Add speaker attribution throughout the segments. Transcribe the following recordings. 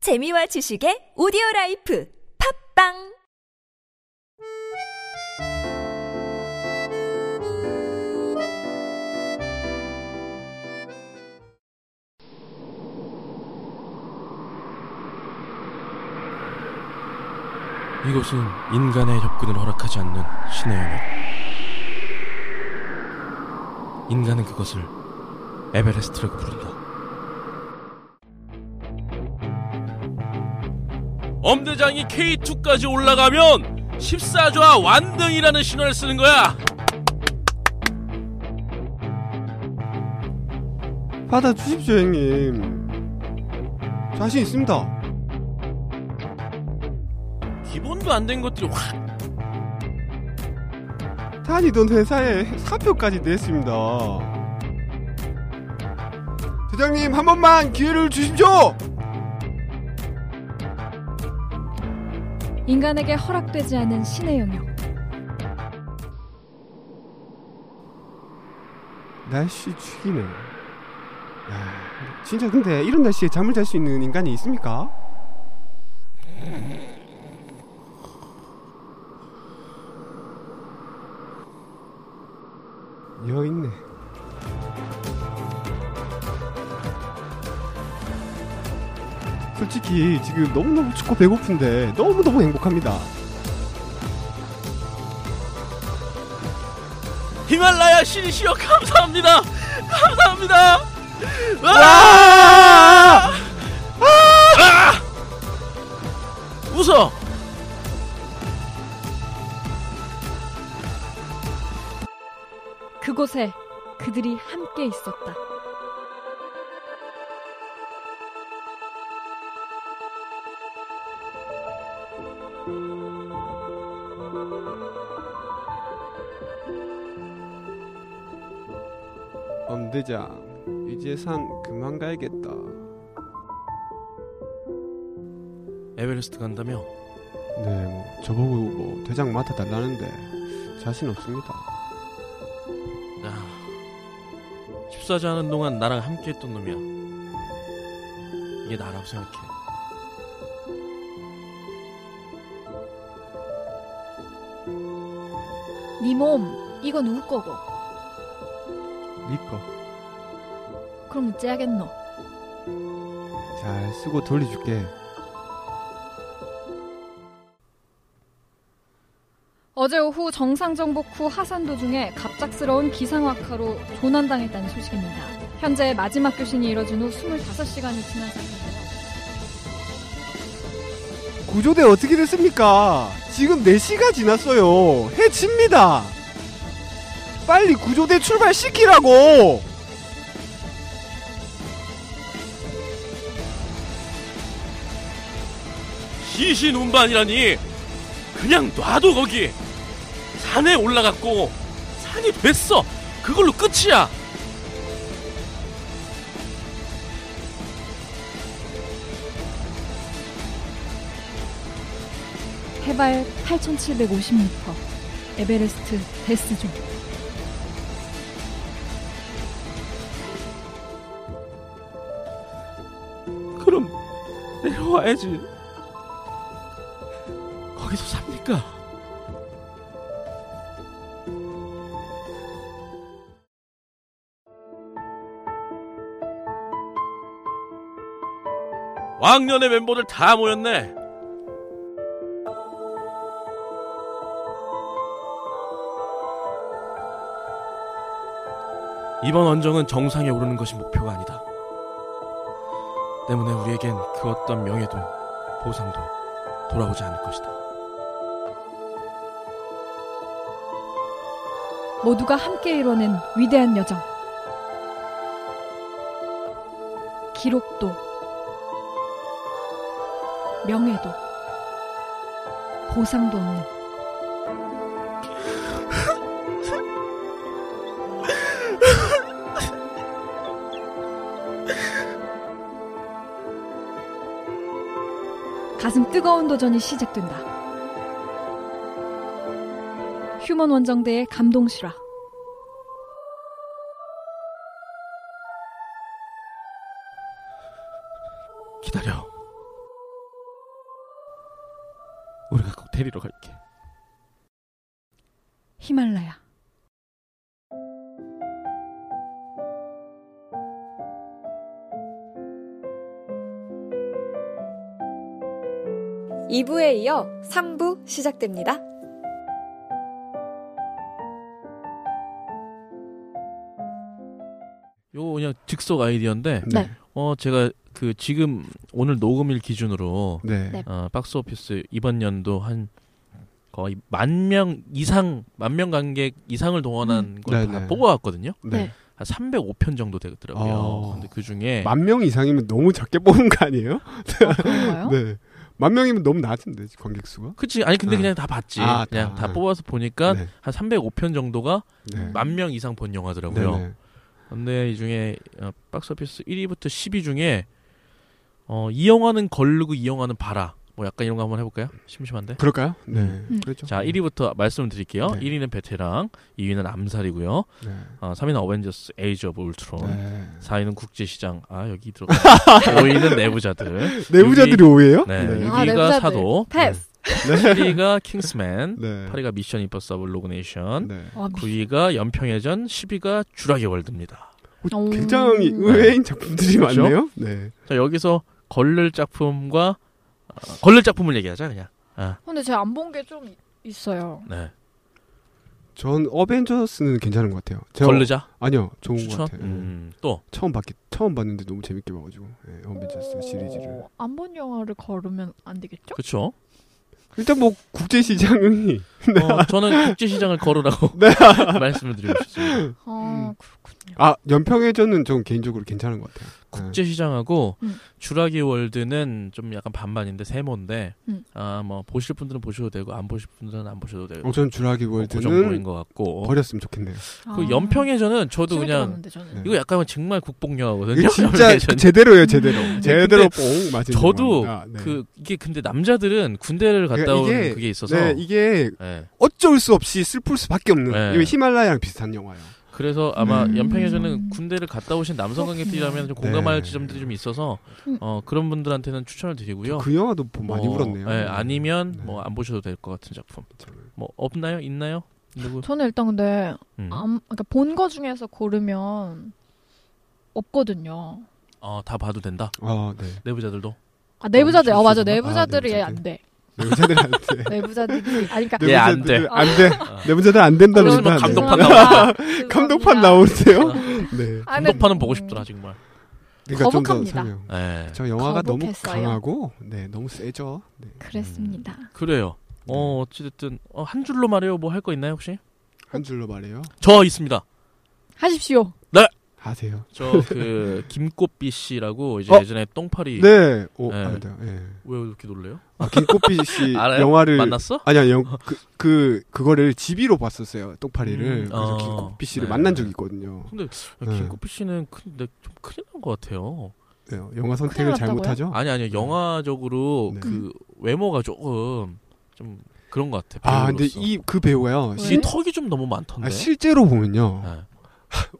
Speaker 1: 재미와 지식의 오디오 라이프 팝빵
Speaker 2: 이곳은 인간의 접근을 허락하지 않는 신의 영역. 인간은 그것을 에베레스트라고 부른다. 엄대장이 K2까지 올라가면 14좌 완등이라는 신호를 쓰는 거야.
Speaker 3: 받아 주십시오 형님 자신 있습니다
Speaker 2: 기본도 안 된 것들이 확
Speaker 3: 다니던 회사에 사표까지 냈습니다 대장님 한 번만 기회를 주십시오
Speaker 4: 인간에게 허락되지 않은 신의 영역.
Speaker 3: 날씨 죽이네 야, 진짜 근데 이런 날씨에 잠을 잘 수 있는 인간이 있습니까? 여 있네 솔직히 지금 너무너무 춥고 배고픈데 너무너무 행복합니다
Speaker 2: 히말라야 신이시여 감사합니다. 감사합니다.
Speaker 3: 아!
Speaker 2: 웃어.
Speaker 4: 그곳에 그들이 함께 있었다.
Speaker 3: 엄대장 이제 산 그만 가야겠다
Speaker 2: 에베레스트 간다며?
Speaker 3: 네 뭐, 저보고 뭐 대장 맡아달라는데 자신 없습니다
Speaker 2: 야, 14자 하는 동안 나랑 함께 했던 놈이야. 이게 나라고 생각해.
Speaker 4: 네 몸 이거 누구 거고?
Speaker 3: 니꺼
Speaker 4: 그럼 어째야겠노?
Speaker 3: 잘 쓰고 돌려줄게
Speaker 4: 어제 오후 정상 정복 후 하산 도중에 갑작스러운 기상 악화로 조난당했다는 소식입니다. 현재 마지막 교신이 이뤄진 후 25시간이 지난 상태인데요.
Speaker 3: 구조대 어떻게 됐습니까? 지금 4시가 지났어요 해칩니다 빨리 구조대 출발시키라고
Speaker 2: 시신 운반이라니! 그냥 놔둬, 거기! 산에 올라갔고, 산이 됐어! 그걸로 끝이야!
Speaker 4: 해발 8,750m. 에베레스트 데스존.
Speaker 2: 그럼, 내려와야지. 거기서 삽니까? 왕년의 멤버들 다 모였네. 이번 원정은 정상에 오르는 것이 목표가 아니다. 때문에 우리에겐 그 어떤 명예도 보상도 돌아오지 않을 것이다.
Speaker 4: 모두가 함께 이뤄낸 위대한 여정. 기록도, 명예도, 보상도 없는 가슴 뜨거운 도전이 시작된다. 휴먼 원정대의 감동 실화.
Speaker 2: 기다려.
Speaker 5: 우리가 꼭 데리러 갈게.
Speaker 4: 히말라야.
Speaker 6: 이부에 이어 삼부 시작됩니다.
Speaker 5: 요거 그냥 즉석 아이디어인데
Speaker 4: 네.
Speaker 5: 어 제가 그 지금 오늘 녹음일 기준으로
Speaker 3: 네.
Speaker 4: 네.
Speaker 5: 어, 박스 오피스 이번 연도 한 거의 만 명 이상 만 명 관객 이상을 동원한 걸
Speaker 3: 음. 네네.
Speaker 5: 다 뽑아왔거든요.
Speaker 3: 네.
Speaker 5: 한 305편 정도 되더라고요.
Speaker 3: 어.
Speaker 5: 근데 그 중에
Speaker 3: 만 명 이상이면 너무 작게 뽑은 거 아니에요?
Speaker 4: 아, 그런가요?
Speaker 3: 네. 만 명이면 너무 낮은데 관객 수가?
Speaker 5: 그치 아니 근데
Speaker 3: 아.
Speaker 5: 그냥 다 봤지.
Speaker 3: 아,
Speaker 5: 그냥
Speaker 3: 다.
Speaker 5: 다 뽑아서 보니까
Speaker 3: 네.
Speaker 5: 한 305편 정도가
Speaker 3: 네.
Speaker 5: 만 명 이상 본 영화더라고요. 근데 이 중에 어, 박스오피스 1위부터 10위 중에 어, 이 영화는 걸르고 이 영화는 봐라. 뭐 약간 이런 거 한번 해볼까요? 심심한데.
Speaker 3: 그럴까요? 네.
Speaker 4: 음.
Speaker 3: 그렇죠.
Speaker 5: 자 1위부터 말씀드릴게요.
Speaker 3: 네.
Speaker 5: 1위는 베테랑, 2위는 암살이고요.
Speaker 3: 네.
Speaker 5: 어, 3위는 어벤져스 에이지 오브 울트론.
Speaker 3: 네.
Speaker 5: 4위는 국제시장. 아, 여기 들어가. 5위는 내부자들.
Speaker 3: 내부자들이 오예요
Speaker 5: 네.
Speaker 3: 네.
Speaker 5: 여기가
Speaker 4: 아, 내부자들.
Speaker 5: 사도.
Speaker 4: 패스.
Speaker 5: 7위가 킹스맨.
Speaker 3: 네.
Speaker 5: 8위가 미션 임퍼서블 로그네이션.
Speaker 3: 네.
Speaker 4: 와, 미-
Speaker 5: 9위가 연평해전. 10위가 주라기 월드입니다.
Speaker 3: 어,
Speaker 4: 오.
Speaker 3: 굉장히 의외인 작품들이
Speaker 5: 음. 그렇죠?
Speaker 3: 많네요. 네.
Speaker 5: 자, 여기서 걸릴 작품과 아, 걸릴 작품을 얘기하자 그냥. 아,
Speaker 4: 근데 제가 안 본 게 좀 있어요.
Speaker 5: 네.
Speaker 3: 전 어벤져스는 괜찮은 것 같아요. 제가-
Speaker 5: 걸르자.
Speaker 3: 아니요, 좋은 것
Speaker 5: 추천.
Speaker 3: 같아요.
Speaker 5: 음, 또
Speaker 3: 처음 봤기 처음 봤는데 너무 재밌게 봐가지고 예, 어벤져스 시리즈를
Speaker 7: 안 본 영화를 걸으면 안 되겠죠?
Speaker 5: 그렇죠.
Speaker 3: 일단 뭐 국제 시장이 네.
Speaker 5: 어, 저는 국제 시장을 걸으라고 말씀을 드리고 싶습니다.
Speaker 7: 아 그렇군요.
Speaker 3: 아 연평해전은 전 개인적으로 괜찮은 것 같아요. 네.
Speaker 5: 국제 시장하고
Speaker 7: 음.
Speaker 5: 주라기 월드는 좀 약간 반반인데 세모인데
Speaker 7: 음.
Speaker 5: 아 뭐 보실 분들은 보셔도 되고 안 보실 분들은 안 보셔도 되고
Speaker 3: 어, 전 주라기
Speaker 5: 뭐, 그 정도인
Speaker 3: 월드는
Speaker 5: 것 같고
Speaker 3: 버렸으면 좋겠네요.
Speaker 4: 아.
Speaker 5: 그 연평해전은 저도 그냥
Speaker 7: 는데 저는.
Speaker 3: 네.
Speaker 5: 이거 약간 정말 국뽕 영화거든요.
Speaker 3: 이게 진짜 그
Speaker 5: 연평해전. 음.
Speaker 3: 제대로예요, 제대로.
Speaker 5: 근데
Speaker 3: 제대로 뽕 맞은.
Speaker 5: 저도
Speaker 3: 영화입니다. 네.
Speaker 5: 그 이게 근데 남자들은 군대를 갔다
Speaker 3: 그러니까
Speaker 5: 오는
Speaker 3: 이게-
Speaker 5: 그게 있어서
Speaker 3: 네 이게
Speaker 5: 예.
Speaker 3: 어쩔 수 없이 슬플 수밖에 없는
Speaker 5: 네.
Speaker 3: 이게 히말라야랑 비슷한 영화예요.
Speaker 5: 그래서 아마
Speaker 7: 음.
Speaker 5: 연평해전은 군대를 갔다 오신 남성 관객들이라면 좀 공감할
Speaker 3: 네.
Speaker 5: 지점들이 좀 있어서
Speaker 7: 음.
Speaker 5: 어, 그런 분들한테는 추천을 드리고요.
Speaker 3: 그 영화도 보- 많이
Speaker 5: 어,
Speaker 3: 울었네요.
Speaker 5: 예, 아니면
Speaker 3: 네.
Speaker 5: 뭐 안 보셔도 될 것 같은 작품. 뭐 없나요? 있나요? 누구?
Speaker 7: 저는 일단 근데
Speaker 5: 음.
Speaker 7: 안, 그러니까 본 거 중에서 고르면 없거든요.
Speaker 5: 어, 다 봐도 된다.
Speaker 3: 아 네.
Speaker 5: 내부자들도.
Speaker 7: 아 내부자들, 어 맞아,
Speaker 3: 아,
Speaker 7: 내부자들이
Speaker 3: 내부자들.
Speaker 7: 안 돼.
Speaker 3: 내 문제들한테.
Speaker 7: 내부자들이 아니 그러니까
Speaker 5: 예, 안 돼.
Speaker 3: 안 돼. 내 문제들 안 된다고
Speaker 5: 그러면
Speaker 3: 생각하네.
Speaker 5: 감독판 어.
Speaker 3: 감독판 나오는데요. 네.
Speaker 7: 아,
Speaker 5: 감독판은
Speaker 7: 음.
Speaker 5: 보고 싶더라 정말.
Speaker 3: 그러니까 좀더
Speaker 7: 거북합니다.
Speaker 3: 설명.
Speaker 5: 예.
Speaker 3: 저 영화가 너무
Speaker 7: 거북했어요.
Speaker 3: 강하고 네 너무 세죠. 네.
Speaker 7: 그랬습니다.
Speaker 5: 그래요. 어, 어찌됐든 어, 한 줄로 말해요. 뭐 할 거 있나요 혹시?
Speaker 3: 한 줄로 말해요.
Speaker 5: 저 있습니다.
Speaker 7: 하십시오.
Speaker 3: 하세요.
Speaker 5: 저 그 김꽃비 씨라고 이제
Speaker 3: 어?
Speaker 5: 예전에 똥파리
Speaker 3: 네. 오,
Speaker 5: 네.
Speaker 3: 안 돼요. 예.
Speaker 5: 왜 이렇게 놀래요?
Speaker 3: 아, 김꽃비 씨
Speaker 5: 알아요?
Speaker 3: 영화를
Speaker 5: 만났어?
Speaker 3: 아니야 영그 그, 그거를 집이로 봤었어요 똥파리를
Speaker 5: 음,
Speaker 3: 그래서
Speaker 5: 어.
Speaker 3: 김꽃비 씨를
Speaker 5: 네.
Speaker 3: 만난 적이 있거든요.
Speaker 5: 근데
Speaker 3: 네.
Speaker 5: 김꽃비 씨는 근데 좀 큰일 난 것 같아요.
Speaker 3: 네, 영화 선택을
Speaker 7: 큰일
Speaker 3: 잘못하죠.
Speaker 5: 아니 아니요 영화적으로
Speaker 3: 네.
Speaker 5: 그 외모가 조금 좀 그런 것 같아.
Speaker 3: 아 근데
Speaker 5: 배우로서.
Speaker 3: 이 그 배우가요.
Speaker 7: 왜?
Speaker 5: 이
Speaker 3: 실,
Speaker 5: 턱이 좀 너무 많던데.
Speaker 3: 아, 실제로 보면요
Speaker 5: 네.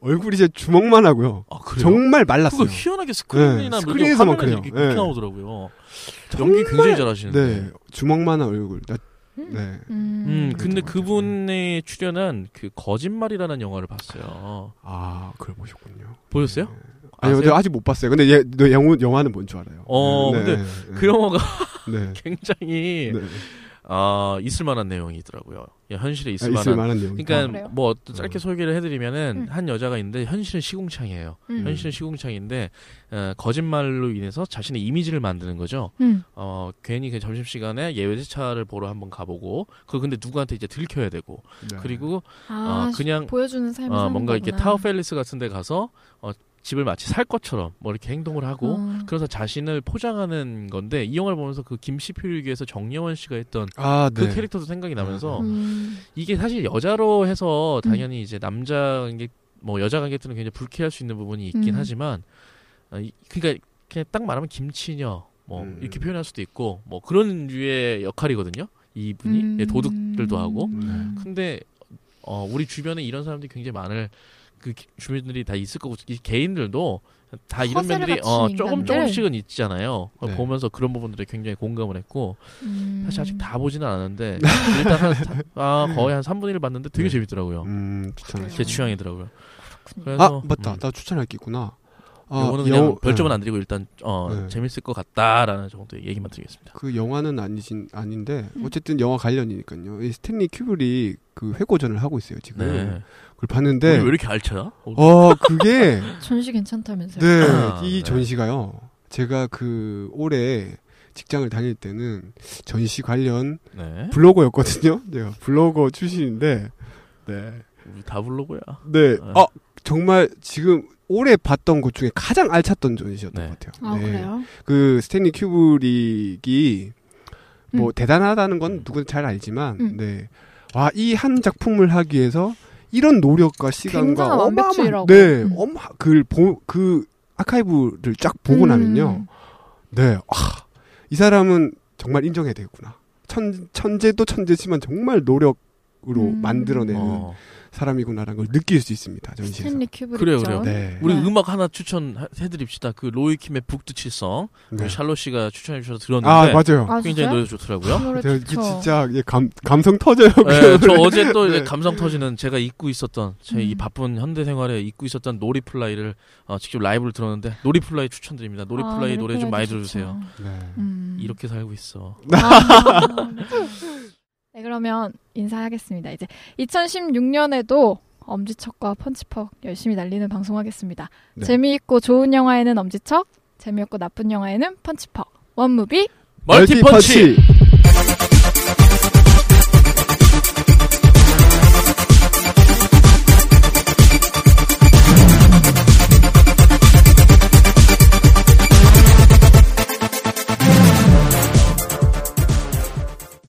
Speaker 3: 얼굴이 이제 주먹만 하고요.
Speaker 5: 아 그래요?
Speaker 3: 정말
Speaker 5: 그거
Speaker 3: 말랐어요.
Speaker 5: 희한하게 스크린이나
Speaker 3: 네,
Speaker 5: 뭐
Speaker 3: 스크린에서만
Speaker 5: 화면에
Speaker 3: 그래요.
Speaker 5: 이렇게
Speaker 3: 네.
Speaker 5: 그렇게 나오더라고요. 연기 굉장히 잘하시는데.
Speaker 3: 네 주먹만한 얼굴. 나- 네.
Speaker 5: 음,
Speaker 7: 음.
Speaker 5: 근데
Speaker 3: 그랬던 것 같아요.
Speaker 5: 그분의 출연한 그 거짓말이라는 영화를 봤어요.
Speaker 3: 아 그걸 보셨군요.
Speaker 5: 보셨어요?
Speaker 3: 네. 아니,
Speaker 5: 아세요?
Speaker 3: 근데 아직 못 봤어요. 근데 얘, 너 영화, 영화는 뭔 줄 알아요.
Speaker 5: 어, 근데 그 영화가
Speaker 3: 네.
Speaker 5: 굉장히
Speaker 3: 네.
Speaker 5: 아 있을 만한 내용이더라고요. 예, 현실에 있을
Speaker 3: 있을
Speaker 5: 만한.
Speaker 3: 만한 내용.
Speaker 7: 아,
Speaker 5: 그러니까
Speaker 7: 그래요?
Speaker 5: 뭐 어떤 짧게 소개를 해드리면은
Speaker 7: 음.
Speaker 5: 한 여자가 있는데 현실은 시궁창이에요.
Speaker 7: 음.
Speaker 5: 현실은 시궁창인데 어, 거짓말로 인해서 자신의 이미지를 만드는 거죠.
Speaker 3: 그,
Speaker 7: 음.
Speaker 5: 어, 괜히 그 점심시간에 예외차를 보러 한번 가보고 그걸 근데 누구한테 이제 들켜야 되고
Speaker 3: 네.
Speaker 5: 그리고
Speaker 7: 아,
Speaker 5: 어, 그냥
Speaker 7: 보여주는 삶이
Speaker 5: 어, 뭔가 이렇게 타워 팰리스 같은 데 가서 어, 집을 마치 살 것처럼 뭐 이렇게 행동을
Speaker 7: 어.
Speaker 5: 하고 그래서 자신을 포장하는 건데 이 영화를 보면서 그 김시필기에서 정여원 씨가 했던
Speaker 3: 아,
Speaker 5: 그
Speaker 3: 네.
Speaker 5: 캐릭터도 생각이 나면서
Speaker 7: 음.
Speaker 5: 이게 사실 여자로 해서 당연히 이제 남자 관객 뭐 여자 관객들은 굉장히 불쾌할 수 있는 부분이 있긴
Speaker 7: 음.
Speaker 5: 하지만 어, 이- 그러니까 그냥 딱 말하면 김치녀 뭐
Speaker 3: 음.
Speaker 5: 이렇게 표현할 수도 있고 뭐 그런 류의 역할이거든요 이분이 예, 도둑들도 하고
Speaker 7: 음.
Speaker 5: 근데 어, 우리 주변에 이런 사람들이 굉장히 많을 그 기- 주민들이 다 있을 거고 이 개인들도 다 이런
Speaker 7: 허세를
Speaker 5: 면들이
Speaker 7: 갖춘
Speaker 5: 어, 조금
Speaker 7: 인간들.
Speaker 5: 조금씩은 있잖아요. 어,
Speaker 3: 네.
Speaker 5: 보면서 그런 부분들에 굉장히 공감을 했고
Speaker 7: 음.
Speaker 5: 사실 아직 다 보지는 않았는데 일단 한, 사- 아, 거의 한 3분의 1 봤는데 되게
Speaker 3: 네.
Speaker 5: 재밌더라고요.
Speaker 3: 음, 추천할
Speaker 5: 제 취향이더라고요.
Speaker 7: 그렇군요.
Speaker 3: 아, 맞다.
Speaker 5: 음,
Speaker 3: 나 추천할 게 있구나. 아,
Speaker 5: 요거는 그냥
Speaker 3: 영어-
Speaker 5: 별점은
Speaker 3: 네.
Speaker 5: 안 드리고 일단 어,
Speaker 3: 네.
Speaker 5: 재밌을 것 같다라는 정도의 얘기만 드리겠습니다.
Speaker 3: 그 영화는 아니신 아닌데
Speaker 7: 음.
Speaker 3: 어쨌든 영화 관련이니까요. 이 스탠리 큐브릭 그 회고전을 하고 있어요 지금.
Speaker 5: 네.
Speaker 3: 그걸
Speaker 5: 오늘
Speaker 3: 봤는데
Speaker 5: 왜 이렇게 알차요?
Speaker 3: 어 그게
Speaker 7: 전시 괜찮다면서요?
Speaker 5: 아,
Speaker 3: 네이
Speaker 5: 네.
Speaker 3: 전시가요. 제가 그 올해 직장을 다닐 때는 전시 관련
Speaker 5: 네.
Speaker 3: 블로거였거든요. 네, 블로거 출신인데 네.
Speaker 5: 우리 다 블로그야.
Speaker 3: 네.
Speaker 5: 아.
Speaker 3: 아, 정말 지금 올해 봤던 것 중에 가장 알찼던 전시였던
Speaker 5: 네.
Speaker 3: 것 같아요.
Speaker 4: 아
Speaker 3: 네.
Speaker 4: 그래요?
Speaker 3: 그 스탠리 큐브릭이 뭐
Speaker 7: 음.
Speaker 3: 대단하다는 건 누구나 잘 알지만
Speaker 7: 음.
Speaker 3: 네. 와, 이 한 작품을 하기 위해서 이런 노력과 시간과
Speaker 7: 굉장한
Speaker 3: 어마어마
Speaker 7: 완벽주의라고.
Speaker 3: 네,
Speaker 7: 음.
Speaker 3: 어마 그그 그 아카이브를 쫙 보고
Speaker 7: 음.
Speaker 3: 나면요. 네. 아, 이 사람은 정말 인정해야 되겠구나. 천 천재도 천재지만 정말 노력으로
Speaker 7: 음.
Speaker 3: 만들어내는
Speaker 5: 어.
Speaker 3: 사람이구나라는 걸 느낄 수 있습니다. 전시에서.
Speaker 7: 스탠리 큐브릭
Speaker 5: 그래요, 그래요.
Speaker 7: 전.
Speaker 3: 네.
Speaker 5: 우리
Speaker 7: 네.
Speaker 5: 음악 하나 추천해드립시다. 그 로이 킴의 북두칠성.
Speaker 3: 네.
Speaker 5: 샬로 씨가 추천해주셔서 들었는데
Speaker 3: 아, 맞아요.
Speaker 7: 아 그렇죠.
Speaker 5: 굉장히
Speaker 7: 진짜요? 아,
Speaker 5: 노래 좋더라고요.
Speaker 7: 노래
Speaker 3: 제가
Speaker 7: 좋죠.
Speaker 3: 네, 그 진짜 이게 감 감성 터져요.
Speaker 5: 예, 저 어제 또 이제
Speaker 3: 네.
Speaker 5: 감성 터지는 제가 잊고 있었던 제 이
Speaker 7: 음.
Speaker 5: 바쁜 현대 생활에 잊고 있었던 노리플라이를 어, 직접 라이브를 들었는데 노리플라이 추천드립니다. 노리플라이
Speaker 7: 아,
Speaker 5: 노래 좀 많이
Speaker 7: 좋죠.
Speaker 5: 들어주세요.
Speaker 3: 네.
Speaker 7: 음.
Speaker 5: 이렇게 살고 있어.
Speaker 7: 아, 네. 네, 그러면 인사하겠습니다. 이제 2016년에도 엄지척과 펀치퍽 열심히 날리는 방송하겠습니다.
Speaker 3: 네.
Speaker 7: 재미있고 좋은 영화에는 엄지척, 재미없고 나쁜 영화에는 펀치퍽. 원무비
Speaker 5: 멀티펀치.
Speaker 3: 멀티펀치.